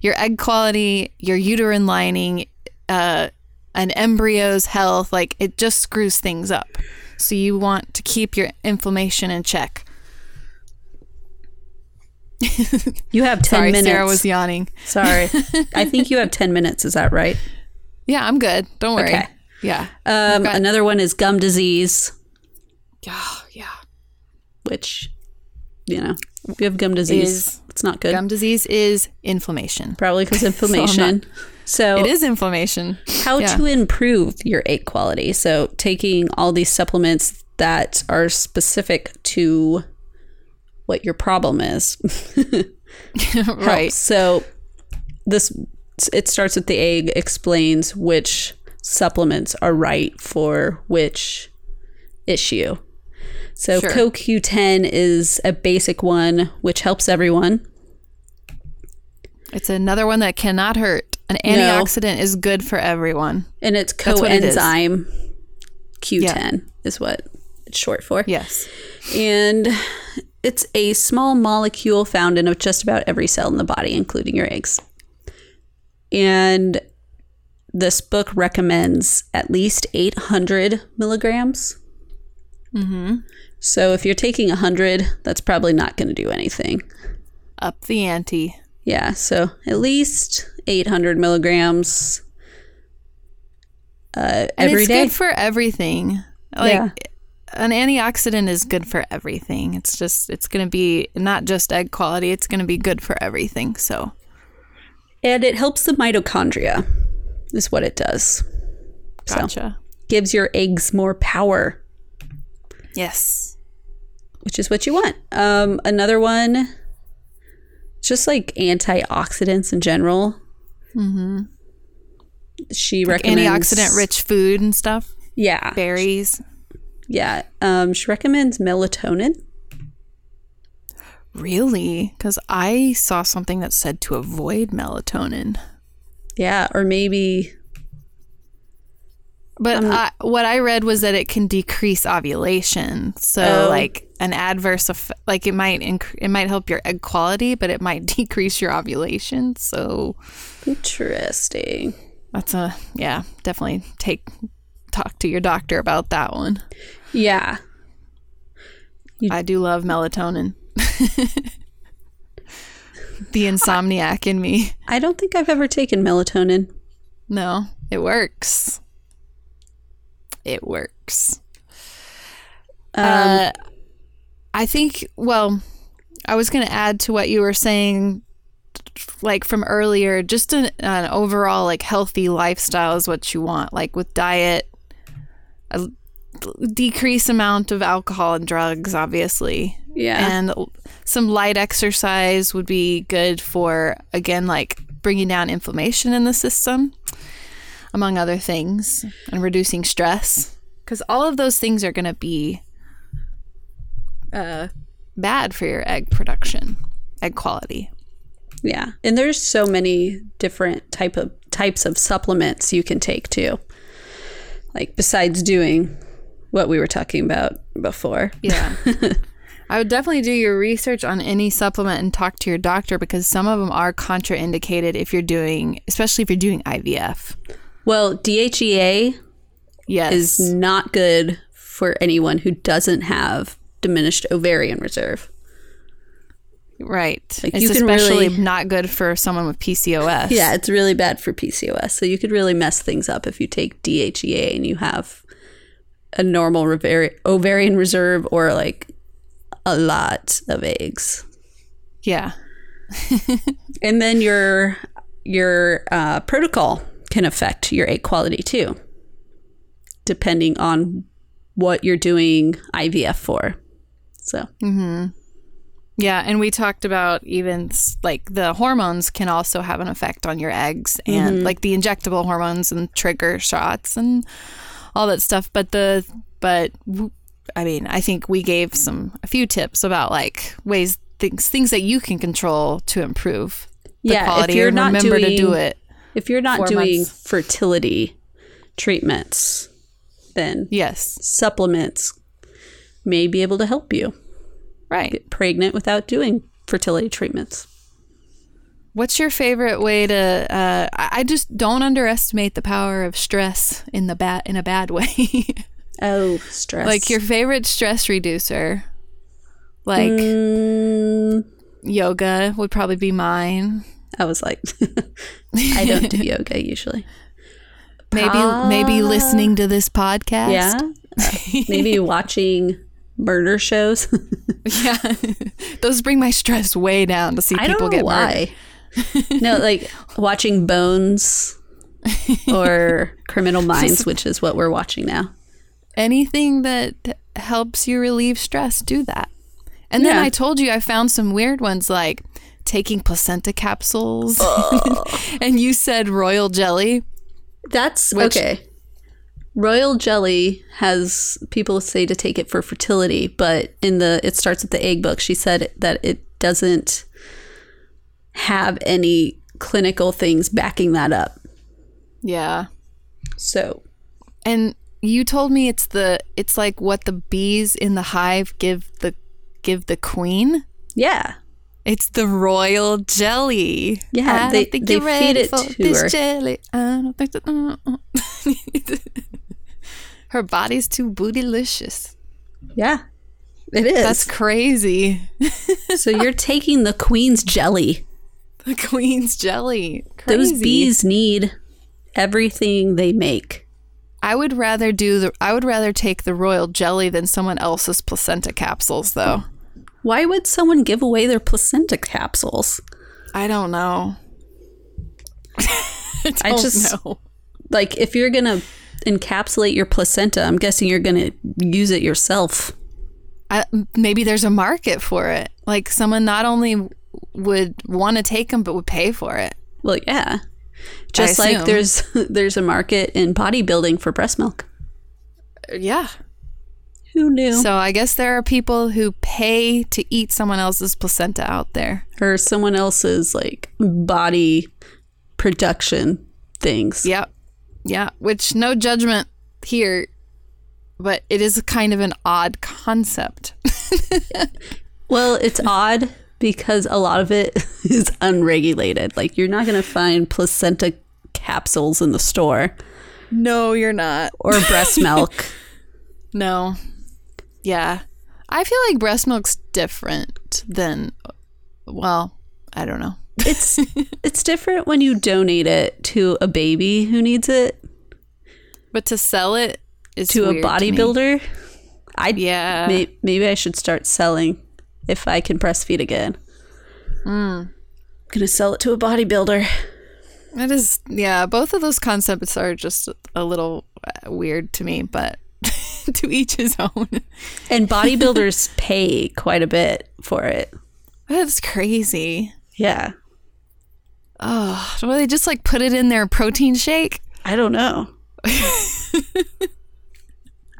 S1: Your egg quality, your uterine lining, uh, an embryo's health, like it just screws things up. So you want to keep your inflammation in check.
S2: you have 10
S1: Sorry,
S2: minutes.
S1: Sarah was yawning.
S2: Sorry. I think you have 10 minutes. Is that right?
S1: Yeah, I'm good. Don't worry.
S2: Okay.
S1: Yeah.
S2: Um,
S1: Okay.
S2: Another one is gum disease,
S1: Oh, yeah.
S2: which, you know, if you have gum disease,
S1: Is
S2: it's not good.
S1: Gum disease is inflammation.
S2: Probably because inflammation. so,
S1: It is inflammation.
S2: how
S1: yeah.
S2: to improve your egg quality. So, taking all these supplements that are specific to what your problem is.
S1: right.
S2: So, this it starts with the egg explains which supplements are right for which issue. So,
S1: Sure.
S2: CoQ10 is a basic one which helps everyone.
S1: It's another one that cannot hurt. An antioxidant is good for everyone.
S2: and it's
S1: what it is.
S2: coenzyme Q10 is what it's short for.
S1: Yes.
S2: And it's a small molecule found in just about every cell in the body, including your eggs. And this book recommends at least 800 milligrams. Mm-hmm.
S1: Mm-hmm.
S2: So if you're taking 100, that's probably not going to do anything.
S1: Up the ante.
S2: Yeah, so at least 800 milligrams uh,
S1: And
S2: every
S1: it's
S2: day.
S1: good for everything. Like
S2: Yeah.
S1: an antioxidant is good for everything. It's just it's going to be not just egg quality, it's going to be good for everything. So,
S2: And it helps the mitochondria, is what it does.
S1: gotcha.
S2: Gives your eggs more power,
S1: Yes.
S2: which is what you want. Um, another one, just like antioxidants in general. Mm-hmm. She recommends
S1: Antioxidant rich food and stuff.
S2: Yeah,
S1: Berries.
S2: yeah. Um, she recommends melatonin.
S1: Really? Because I saw something that said to avoid melatonin.
S2: Yeah, or maybe
S1: But I, what I read was that it can decrease ovulation. So
S2: Oh.
S1: like an adverse effect, like it might inc- it might help your egg quality, but it might decrease your ovulation. So
S2: interesting.
S1: that's a yeah, definitely take talk to your doctor about that one.
S2: Yeah,
S1: I do love melatonin. the insomniac in me.
S2: I don't think I've ever taken melatonin.
S1: No, it works. It works.
S2: Um,
S1: Uh, I think, well, I was going to add to what you were saying, like from earlier, just an, an overall, like, healthy lifestyle is what you want. Like, with diet, a l- decrease amount of alcohol and drugs, obviously.
S2: yeah,
S1: And some light exercise would be good for, again, like bringing down inflammation in the system, among other things, and reducing stress. Because all of those things are going to be uh, bad for your egg production, egg quality.
S2: Yeah. And there's so many different type of types of supplements you can take too. Like besides doing what we were talking about before.
S1: Yeah. I would definitely do your research on any supplement and talk to your doctor because some of them are contraindicated if you're doing, especially if you're doing IVF.
S2: Well, DHEA
S1: Yes.
S2: is not good for anyone who doesn't have diminished ovarian reserve.
S1: Right.
S2: Like,
S1: it's
S2: you can
S1: especially
S2: really-
S1: not good for someone with PCOS.
S2: Yeah, it's really bad for PCOS. So you could really mess things up if you take DHEA and you have a normal rever- ovarian reserve or like a lot of eggs.
S1: Yeah.
S2: and then your your uh, protocol can affect your egg quality too depending on what you're doing ivf for so
S1: Yeah, and we talked about even s- like the hormones can also have an effect on your eggs and
S2: Mm-hmm.
S1: like the injectable hormones and trigger shots and all that stuff, but the but w- I mean, I think we gave some a few tips about like ways things things that you can control to improve the
S2: Yeah, if
S1: quality
S2: you're
S1: and
S2: not
S1: remember to do
S2: doing-
S1: it.
S2: If you're not
S1: Four
S2: doing
S1: months.
S2: fertility treatments, then
S1: Yes.
S2: supplements may be able to help you
S1: Right.
S2: get pregnant without doing fertility treatments.
S1: What's your favorite way to? Uh, I I just don't underestimate the power of stress in the bat in a bad way.
S2: Oh, stress.
S1: like your favorite stress reducer, like
S2: Mm,
S1: yoga would probably be mine.
S2: I was like, I don't do yoga usually.
S1: Maybe maybe listening to this podcast.
S2: Ah. Yeah. Uh, Maybe watching murder shows.
S1: yeah. Those bring my stress way down to see
S2: I
S1: people
S2: don't know
S1: get murdered.
S2: why. no, like watching Bones or Criminal Minds, which is what we're watching now.
S1: Anything that helps you relieve stress, do that. And then
S2: Yeah.
S1: I told you I found some weird ones like taking placenta capsules, and you said royal jelly.
S2: That's
S1: Which-
S2: okay. Royal jelly has people say to take it for fertility, but in the it starts with the egg book. She said that it doesn't have any clinical things backing that up.
S1: Yeah.
S2: So
S1: And you told me it's the it's like what the bees in the hive give the give the queen.
S2: yeah,
S1: It's the royal jelly.
S2: Yeah,
S1: I
S2: they-
S1: don't think
S2: they
S1: you're
S2: feed
S1: ready
S2: it
S1: for
S2: to
S1: this
S2: her.
S1: jelly. I don't think that, uh, uh. her body's too bootylicious.
S2: yeah, it is.
S1: That's crazy.
S2: so you're taking the queen's jelly.
S1: The queen's jelly.
S2: Those
S1: Crazy.
S2: bees need everything they make.
S1: I would rather do the. I would rather take the royal jelly than someone else's placenta capsules, though.
S2: Why would someone give away their placenta capsules?
S1: I don't know.
S2: I just
S1: know.
S2: like if you're gonna encapsulate your placenta, I'm guessing you're gonna use it yourself.
S1: I, maybe there's a market for it. Like someone not only would want to take them, but would pay for it.
S2: Well, yeah. Just like
S1: assume.
S2: there's there's a market in bodybuilding for breast milk.
S1: Yeah.
S2: Who knew?
S1: So I guess there are people who pay to eat someone else's placenta out there.
S2: or someone else's like body production things.
S1: Yep. Yeah. Which no judgment here, but it is kind of an odd concept.
S2: Well, it's odd because a lot of it is unregulated. Like you're not gonna find placenta capsules in the store
S1: No, you're not.
S2: or breast milk.
S1: No. Yeah. I feel like breast milk's different than, well, I don't know.
S2: it's it's different when you donate it to a baby who needs it
S1: But to sell it is
S2: to a
S1: weird me.
S2: bodybuilder. I
S1: Yeah.
S2: may, maybe I should start selling if I can breastfeed again.
S1: Hmm.
S2: I'm gonna sell it to a bodybuilder.
S1: That is, yeah, both of those concepts are just a little uh, weird to me, but to each his own.
S2: And bodybuilders pay quite a bit for it.
S1: That's crazy.
S2: Yeah,
S1: Oh, do they just like put it in their protein shake?
S2: I don't know.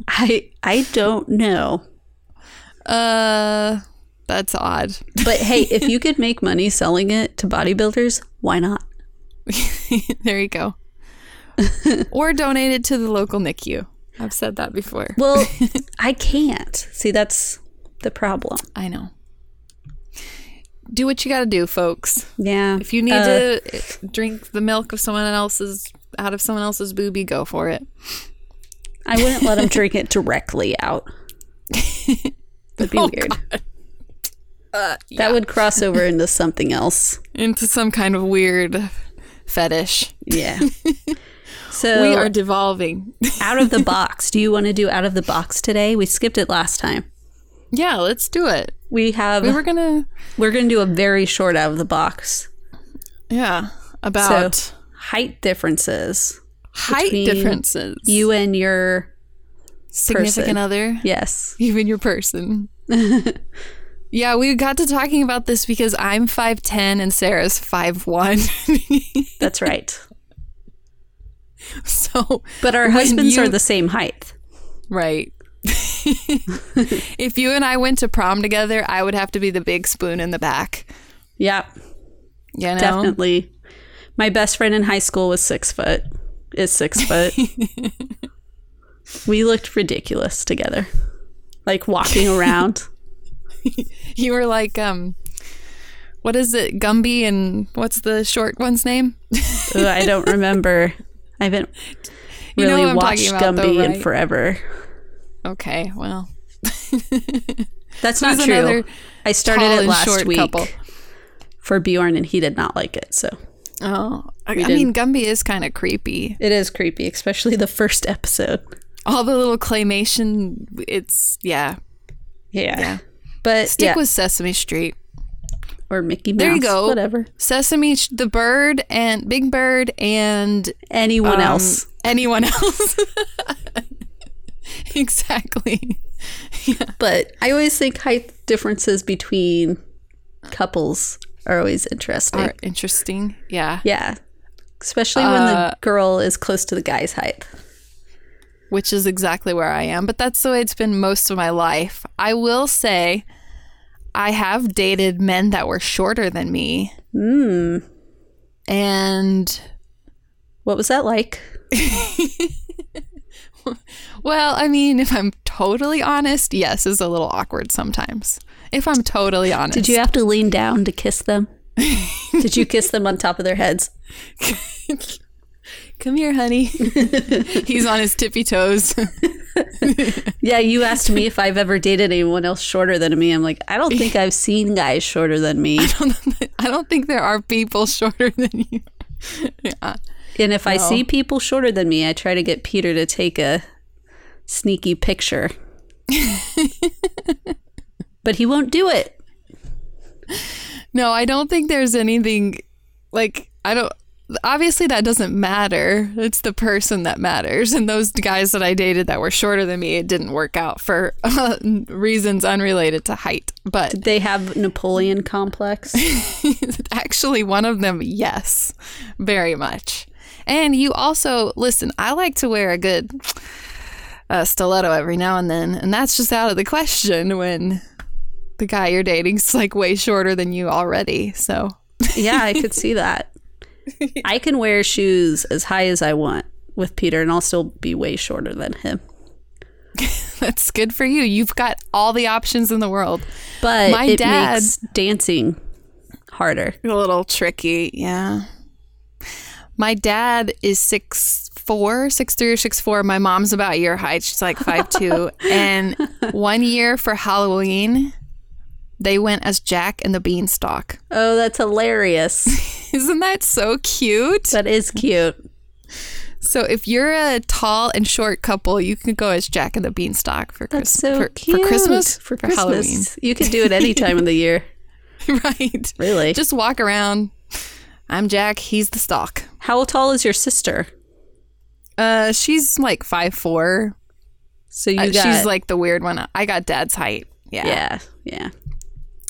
S2: I I don't know.
S1: Uh, that's odd.
S2: But hey, if you could make money selling it to bodybuilders, why not?
S1: there you go. or donate it to the local NICU. I've said that before.
S2: Well, I can't. See, that's the problem.
S1: I know. Do what you got to do, folks.
S2: Yeah.
S1: If you need
S2: Uh,
S1: to eh, drink the milk of someone else's out of someone else's boobie, go for it.
S2: I wouldn't let him drink it directly out. That'd be weird. That would cross over into something else.
S1: into some kind of weird fetish.
S2: Yeah. So
S1: we are devolving.
S2: out of the box. Do you want to do out of the box today? We skipped it last time.
S1: yeah, let's do it.
S2: We have
S1: We were gonna,
S2: we're going to do a very short out of the box.
S1: yeah, about
S2: So height differences.
S1: height
S2: between
S1: differences.
S2: You and your
S1: significant
S2: person.
S1: other,
S2: yes.
S1: even your person. Yeah, we got to talking about this because I'm 5'10 and Sarah's 5'1.
S2: That's right.
S1: so,
S2: But our
S1: When
S2: husbands
S1: you-
S2: are the same height.
S1: right. if you and I went to prom together, I would have to be the big spoon in the back.
S2: Yeah,
S1: You know?
S2: definitely. My best friend in high school was six foot. Is six foot. we looked ridiculous together, like walking around.
S1: You were like, um, what is it? Gumby and what's the short one's name?
S2: Ugh, I don't remember. I haven't
S1: You know
S2: really
S1: who I'm
S2: watched
S1: talking about,
S2: Gumby
S1: though,
S2: in
S1: right?
S2: forever.
S1: Okay, well,
S2: That's not
S1: Who's
S2: true.
S1: another
S2: I started
S1: tall
S2: it
S1: and
S2: last
S1: short
S2: week
S1: couple?
S2: for Bjorn, and he did not like it. So
S1: oh, I, I
S2: did.
S1: mean, Gumby is kind of creepy.
S2: it is creepy, especially the first episode.
S1: All the little claymation, it's, yeah.
S2: Yeah, but
S1: Stick
S2: yeah,
S1: with Sesame Street.
S2: or Mickey Mouse.
S1: There you go.
S2: Whatever.
S1: Sesame, Sh- the bird, and Big Bird, and
S2: Anyone
S1: um,
S2: else?
S1: Anyone else? exactly.
S2: But I always think height differences between couples are always interesting.
S1: Are interesting. Yeah.
S2: Yeah. Especially when the girl is close to the guy's height.
S1: Which is exactly where I am. But that's the way it's been most of my life. I will say, I have dated men that were shorter than me.
S2: Hmm.
S1: Mm. And
S2: What was that like?
S1: Well, I mean, if I'm totally honest, yes, is a little awkward sometimes. If I'm totally honest,
S2: Did you have to lean down to kiss them? Did you kiss them on top of their heads?
S1: come here, honey? He's on his tippy toes.
S2: Yeah, you asked me if I've ever dated anyone else shorter than me. I'm like, I don't think I've seen guys shorter than me.
S1: I don't think there are people shorter than you.
S2: And if I see people shorter than me, I try to get Peter to take a sneaky picture. but he won't do it.
S1: No, I don't think there's anything like I don't. Obviously, that doesn't matter. It's the person that matters. And those guys that I dated that were shorter than me, it didn't work out for reasons unrelated to height. But
S2: They have Napoleon complex.
S1: Actually, one of them, yes, very much. And you also, listen, I like to wear a good uh, stiletto every now and then, and that's just out of the question when the guy you're dating's like way shorter than you already. So,
S2: yeah, I could see that. I can wear shoes as high as I want with Peter and I'll still be way shorter than him.
S1: that's good for you. You've got all the options in the world.
S2: But
S1: My
S2: it
S1: dad-
S2: makes dancing harder.
S1: A little tricky, yeah. My dad is six four, six three or six four. My mom's about your height. She's like five two. and one year for Halloween, they went as Jack and the Beanstalk.
S2: Oh, that's hilarious.
S1: Isn't that so cute?
S2: that is cute.
S1: So if you're a tall and short couple, you can go as Jack and the Beanstalk for Christmas.
S2: That's so
S1: for,
S2: cute.
S1: for Christmas,
S2: For, Christmas. You could do it any time of the year.
S1: Halloween, right?
S2: Really?
S1: Just walk around. I'm Jack. He's the stalk.
S2: How tall is your sister?
S1: Uh, she's like five four.
S2: So you
S1: Uh,
S2: got
S1: she's like the weird one. I got dad's height. Yeah. Yeah.
S2: Yeah,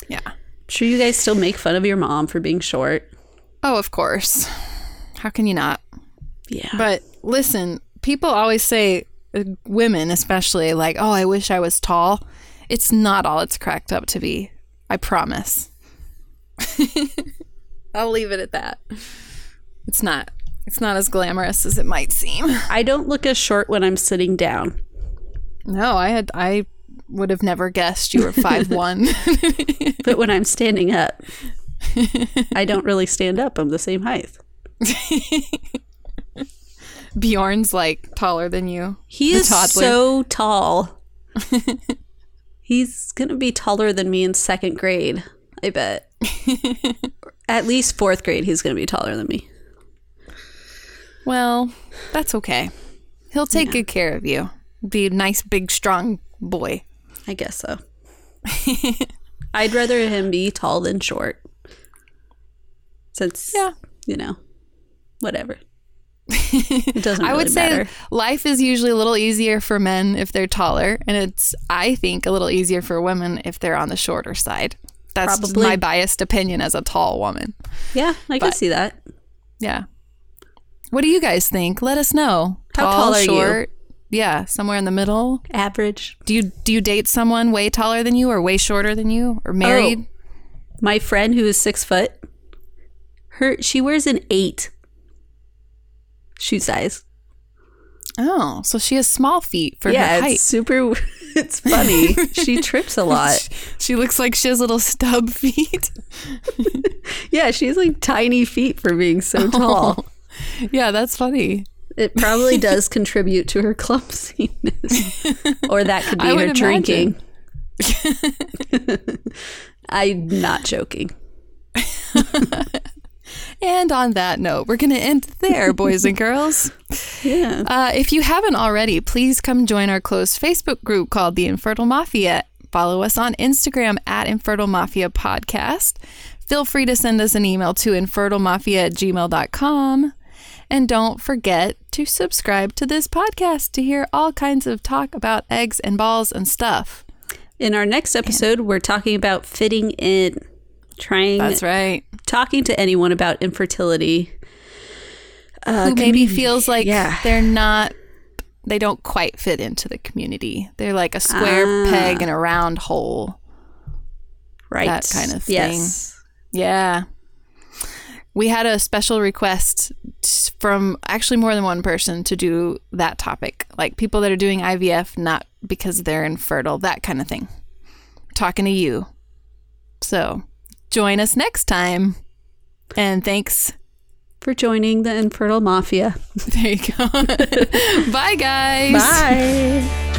S2: yeah. Sure you guys still make fun of your mom for being short.
S1: Oh, of course. How can you not?
S2: Yeah.
S1: But listen, people always say, uh, women especially, like, oh, I wish I was tall. It's not all it's cracked up to be. I promise. I'll leave it at that. It's not. It's not as glamorous as it might seem.
S2: I don't look as short when I'm sitting down.
S1: No, I had I would have never guessed you were five one.
S2: But when I'm standing up, I don't really stand up. I'm the same height.
S1: Bjorn's like taller than you.
S2: He
S1: The
S2: is
S1: toddler.
S2: so tall. He's going to be taller than me in second grade, I bet. At least fourth grade, he's going to be taller than me.
S1: Well, that's okay. He'll take good care of you. Be a nice, big, strong boy.
S2: I guess so. I'd rather him be tall than short. Since,
S1: Yeah.
S2: you know, whatever. It doesn't really
S1: I would
S2: matter.
S1: say life is usually a little easier for men if they're taller, and it's I think a little easier for women if they're on the shorter side. That's just
S2: Probably.
S1: my biased opinion as a tall woman.
S2: yeah, I can
S1: but-
S2: see that.
S1: Yeah. What do you guys think? Let us know.
S2: How tall are you?
S1: you? Yeah, somewhere in the middle.
S2: Average.
S1: Do you do you date someone way taller than you or way shorter than you
S2: Oh.
S1: or married?
S2: My friend who is six foot, her she wears an eight shoe size.
S1: Oh, so she has small feet for
S2: yeah,
S1: her
S2: it's
S1: height.
S2: super. It's funny. she trips a lot.
S1: She looks like she has little stub feet.
S2: Yeah, she's like tiny feet for being so tall.
S1: yeah, that's funny.
S2: It probably does contribute to her clumsiness, or that could be
S1: I
S2: her
S1: would imagine.
S2: drinking. I'm not joking.
S1: And on that note, we're going to end there, boys and girls.
S2: Yeah.
S1: Uh, if you haven't already, please come join our closed Facebook group called The Infertile Mafia. Follow us on Instagram at Infertile Mafia Podcast. Feel free to send us an email to infertilemafia at gmail.com. And don't forget to subscribe to this podcast to hear all kinds of talk about eggs and balls and stuff.
S2: In our next episode, we're talking about fitting in, trying,
S1: right.
S2: talking to anyone about infertility.
S1: who maybe feels like mm,
S2: yeah.
S1: they're not they don't quite fit into the community. They're like a square peg in a round hole.
S2: Right.
S1: That kind of
S2: Yes.
S1: Yeah. We had a special request t- from actually more than one person to do that topic, like people that are doing IVF not because they're infertile, that kind of thing. Talking to you. So, join us next time. And thanks.
S2: For joining the Infertile Mafia.
S1: There you go. Bye guys.
S2: Bye.